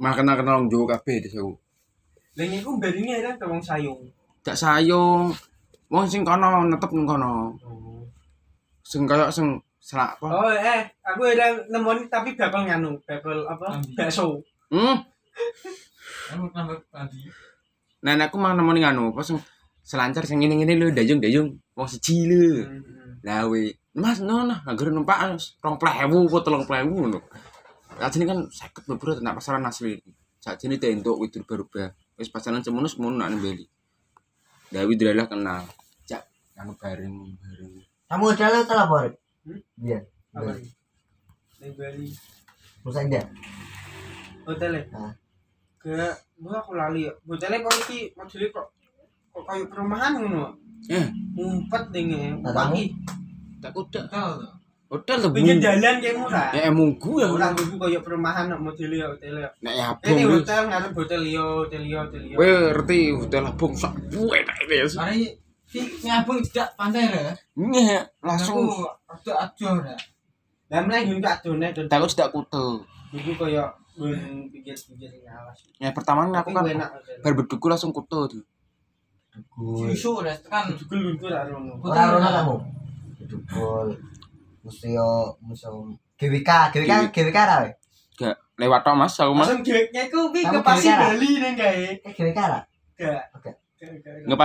makan kenal nang Jawa kabeh desa aku. Lah niku barine era to wong sayung. Dak sayung. Wong sing kono netep ning kono. Oh. Sing kaya sing selak apa? Oh eh, aku era nemoni tapi bakal nganu, bakal apa? Ambi. Bakso. Hmm, Kamu nambah tadi. nenekku mah nemu ning anu apa sing selancar sing ngene-ngene lho dayung-dayung wong siji lho. Hmm. Lah we, Mas no nah anggere numpak 2000 kok 3000 ngono. Sajene kan 50 lho bro tak pasaran asli. Sajene tentuk kuwi berubah. Wis pasaran semono semono nak nembeli. Lah wi dralah kenal. Cak anu bareng bareng. Kamu selalu telah borik. Hmm? Iya. Apa nih? Ning Bali Musa Indah. hotel e. Hah? Ke gua aku lali ya. Hotel e kok iki modele kok kok kayak perumahan ngono. Eh, Ngumpet ning e. Tatamu? pagi. tak kuda. Tahu tuh. Hotel Pinggir lebu. jalan kayak murah. Ya munggu ya. Ora kudu kayak perumahan nek modele ya hotel e. Nek ya Eh, Ini abong. hotel ngarep hotel yo, hotel yo, hotel yo. Kowe ngerti hotel abong sak kuwe tak ini ya. Mari si nyambung tidak pantai ya. Nggih, langsung Aku waktu aja ya. Lah meneh yo gak done dan takut tidak kuda. iku koyo ben pinggir-pinggir sing awas. Ya pertama kan aku Tapi kan enak hotel. bar beduku langsung kuda tuh. Dukul. Susu ya kan. Dugul luntur ra ngono. Orang Rona kamu. Dukul. Museo Museum GWK, GWK, GWK ra we? Gak lewat toh Mas aku Mas. Langsung gileknya iku pi Kamu ke Pasir kira-kira? Bali ning kae. Eh, GWK ra? Gak. Oke. Gak, gak, gak. Nggak